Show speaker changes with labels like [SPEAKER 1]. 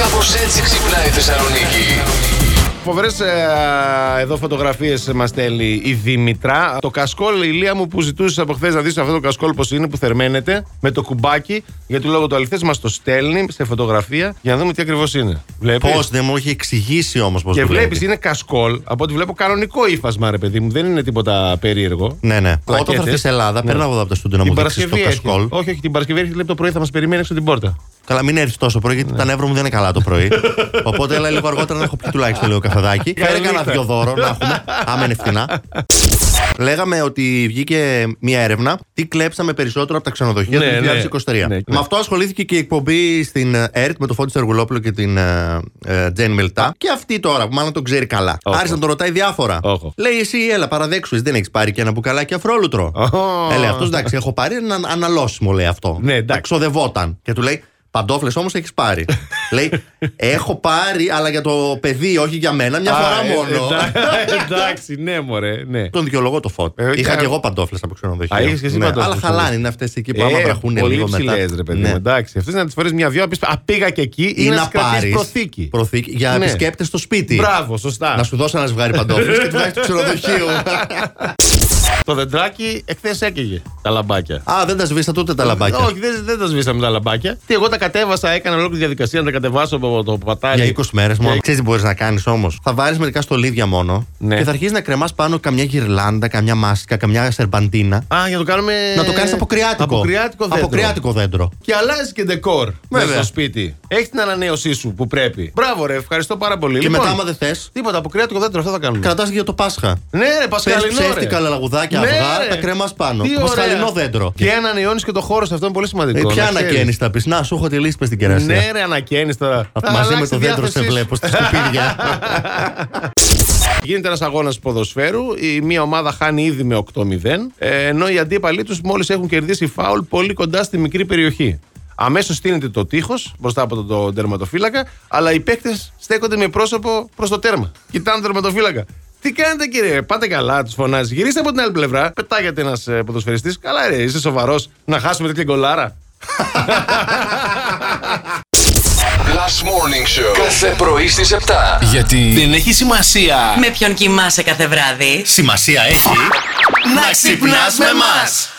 [SPEAKER 1] Κάπως έτσι ξυπνάει η Θεσσαλονίκη.
[SPEAKER 2] Φοβερές ε, εδώ φωτογραφίες μας στέλνει η Δήμητρα. Το κασκόλ, η Λία μου που ζητούσες από χθες να δεις αυτό το κασκόλ πώς είναι, που θερμαίνεται με το κουμπάκι. Για του λόγο του αληθές μας το στέλνει σε φωτογραφία για να δούμε τι ακριβώς είναι. Βλέπεις.
[SPEAKER 3] Πώς δεν μου έχει εξηγήσει όμως πώς
[SPEAKER 2] Και βλέπει, είναι κασκόλ. Από ό,τι βλέπω, κανονικό ύφασμα, ρε παιδί μου. Δεν είναι τίποτα περίεργο.
[SPEAKER 3] Ναι, ναι. Όταν
[SPEAKER 2] Πλακέτες.
[SPEAKER 3] θα έρθεις σε Ελλάδα,
[SPEAKER 2] Ναι.
[SPEAKER 3] περνάω εδώ από το στούντιο να μου δείξεις το
[SPEAKER 2] έρχεται.
[SPEAKER 3] κασκόλ.
[SPEAKER 2] Όχι, όχι, την Παρασκευή έρχεται λέει, το πρωί, θα μας περιμένει έξω την πόρτα.
[SPEAKER 3] Καλά, μην έρθεις τόσο πρωί, γιατί
[SPEAKER 2] Ναι.
[SPEAKER 3] τα νεύρα μου δεν είναι καλά το πρωί. Οπότε έλα λίγο αργότερα να έχω πει τουλάχιστον λίγο καφεδάκι. Φέρε κανένα
[SPEAKER 2] νύχτα.
[SPEAKER 3] δυο δώρο να έχουμε, άμα είναι φθηνά. Λέγαμε ότι βγήκε μία έρευνα τι κλέψαμε περισσότερο από τα ξενοδοχεία
[SPEAKER 2] Ναι,
[SPEAKER 3] του
[SPEAKER 2] ναι.
[SPEAKER 3] 2023.
[SPEAKER 2] Ναι, ναι.
[SPEAKER 3] Με αυτό ασχολήθηκε και η εκπομπή στην ε, ΕΡΤ με τον Φώτης Σεργουλόπουλο και την ε, ε, Τζένι Μελτά. Και αυτή τώρα, που μάλλον τον ξέρει καλά.
[SPEAKER 2] Όχο.
[SPEAKER 3] Άρχισε να τον ρωτάει διάφορα.
[SPEAKER 2] Όχο.
[SPEAKER 3] Λέει εσύ, έλα, παραδέξου, εσύ δεν έχεις πάρει και ένα μπουκαλάκι αφρόλουτρο.
[SPEAKER 2] Ω.
[SPEAKER 3] Ε, λέει αυτός, εντάξει, έχω πάρει ένα αναλώσιμο, λέει αυτό.
[SPEAKER 2] Ναι, εντάξει.
[SPEAKER 3] Τα Ξοδευόταν. Και του λέει, Παντόφλες όμως έχεις πάρει. λέει, Έχω πάρει, αλλά για το παιδί, όχι για μένα, μια φορά
[SPEAKER 2] Α, ε,
[SPEAKER 3] μόνο.
[SPEAKER 2] εντά- Εντάξει, ναι, μωρέ. Ναι.
[SPEAKER 3] Τον δικαιολογώ το φωτ.
[SPEAKER 2] Ε,
[SPEAKER 3] Είχα
[SPEAKER 2] κα-
[SPEAKER 3] και εγώ παντόφλες από ξενοδοχείο.
[SPEAKER 2] Α, είχες και εσύ
[SPEAKER 3] Ναι,
[SPEAKER 2] παντόφλες,
[SPEAKER 3] Αλλά
[SPEAKER 2] ναι.
[SPEAKER 3] χαλάνε είναι αυτές εκεί που άμα βραχούν
[SPEAKER 2] Ε, πολύ
[SPEAKER 3] λίγο μετά.
[SPEAKER 2] ψηλές, ρε παιδί
[SPEAKER 3] Ναι.
[SPEAKER 2] μου. Εντάξει, αυτές να τις φορές μια-δυο, να πεις, Α, πήγα και εκεί
[SPEAKER 3] Ή
[SPEAKER 2] ή να
[SPEAKER 3] να
[SPEAKER 2] τις κρατήσεις
[SPEAKER 3] πάρεις
[SPEAKER 2] προθήκη.
[SPEAKER 3] για
[SPEAKER 2] Ναι.
[SPEAKER 3] επισκέπτες στο σπίτι.
[SPEAKER 2] Μπράβο, σωστά.
[SPEAKER 3] Να σου δώσω ένα ζευγάρι παντόφλες και του βγάζει του ξενοδοχείου.
[SPEAKER 2] Το δεντράκι εχθές έκαιγε τα λαμπάκια.
[SPEAKER 3] Α, δεν τα σβήσα τότε τα λαμπάκια.
[SPEAKER 2] Όχι, δεν, δεν τα σβήσαμε τα λαμπάκια. Τι, εγώ τα κατέβασα, έκανα ολόκληρη διαδικασία να τα κατεβάσω από το πατάλι.
[SPEAKER 3] Για 20 μέρε
[SPEAKER 2] Για
[SPEAKER 3] μόνο.
[SPEAKER 2] 20.
[SPEAKER 3] Ξέρεις τι μπορείς να κάνεις όμως. Θα βάλεις μερικά στολίδια μόνο
[SPEAKER 2] Ναι.
[SPEAKER 3] και θα αρχίσεις να κρεμάς πάνω καμιά γυρλάντα, καμιά μάσκα, καμιά σερπαντίνα.
[SPEAKER 2] Α, για να το κάνουμε.
[SPEAKER 3] Να το κάνεις αποκριάτικο.
[SPEAKER 2] Αποκριάτικο Ε, δέντρο.
[SPEAKER 3] Αποκριάτικο δέντρο.
[SPEAKER 2] Και αλλάζεις και ντεκόρ μέσα
[SPEAKER 3] Βέβαια.
[SPEAKER 2] στο σπίτι. Έχεις την ανανέωσή σου που πρέπει. Μπράβο, ρε, ευχαριστώ πάρα πολύ.
[SPEAKER 3] Και
[SPEAKER 2] Λοιπόν,
[SPEAKER 3] μετά, άμα δεν θες,
[SPEAKER 2] Τίποτα, αποκριάτικο δέντρο, αυτό θα κάνουμε.
[SPEAKER 3] κρατάς και για το Πάσχα.
[SPEAKER 2] Ναι, ρε, Ναι,
[SPEAKER 3] Παίρνει
[SPEAKER 2] Πασχαλινό.
[SPEAKER 3] ψεύτικα λαγουδάκια αυγά, τα κρεμά πάνω. Πασχαλινό δέντρο.
[SPEAKER 2] Και ανανεώνεις και το χώρο σε αυτό είναι πολύ
[SPEAKER 3] Ε,
[SPEAKER 2] σημαντικό.
[SPEAKER 3] Ποια
[SPEAKER 2] Λοιπόν, να
[SPEAKER 3] ανακαίνεις θα πεις, Να σου έχω τη λύση πες στην
[SPEAKER 2] ξέρεις.
[SPEAKER 3] κερασία.
[SPEAKER 2] Ναι, ρε, ανακαίνεις τώρα. Θα
[SPEAKER 3] Μαζί με
[SPEAKER 2] αλλάξει
[SPEAKER 3] το
[SPEAKER 2] η
[SPEAKER 3] δέντρο σε
[SPEAKER 2] διάθεσή σου.
[SPEAKER 3] βλέπω στα σκουπίδια.
[SPEAKER 2] Γίνεται ένας αγώνας ποδοσφαίρου. Η μία ομάδα χάνει ήδη με 8-0. ε, Ενώ οι αντίπαλοι τους μόλις έχουν κερδίσει φάουλ πολύ κοντά στη μικρή περιοχή. Αμέσως στείνεται το τείχος μπροστά από τον το τερματοφύλακα, αλλά οι παίκτες στέκονται με πρόσωπο προς το τέρμα. Κοιτάνε τον τερματοφύλακα. Τι κάνετε κύριε, πάτε καλά, τους φωνάζει. Γυρίστε από την άλλη πλευρά. Πετάγεται ένας ποδοσφαιριστής. Καλά, ρε, είσαι σοβαρός να χάσουμε τέτοια γκολάρα.
[SPEAKER 1] Last Morning Show. Κάθε πρωί στις 7.
[SPEAKER 4] Γιατί δεν έχει σημασία.
[SPEAKER 5] Με ποιον κοιμάσαι κάθε βράδυ.
[SPEAKER 3] Σημασία έχει
[SPEAKER 4] Να ξυπνάς με μας.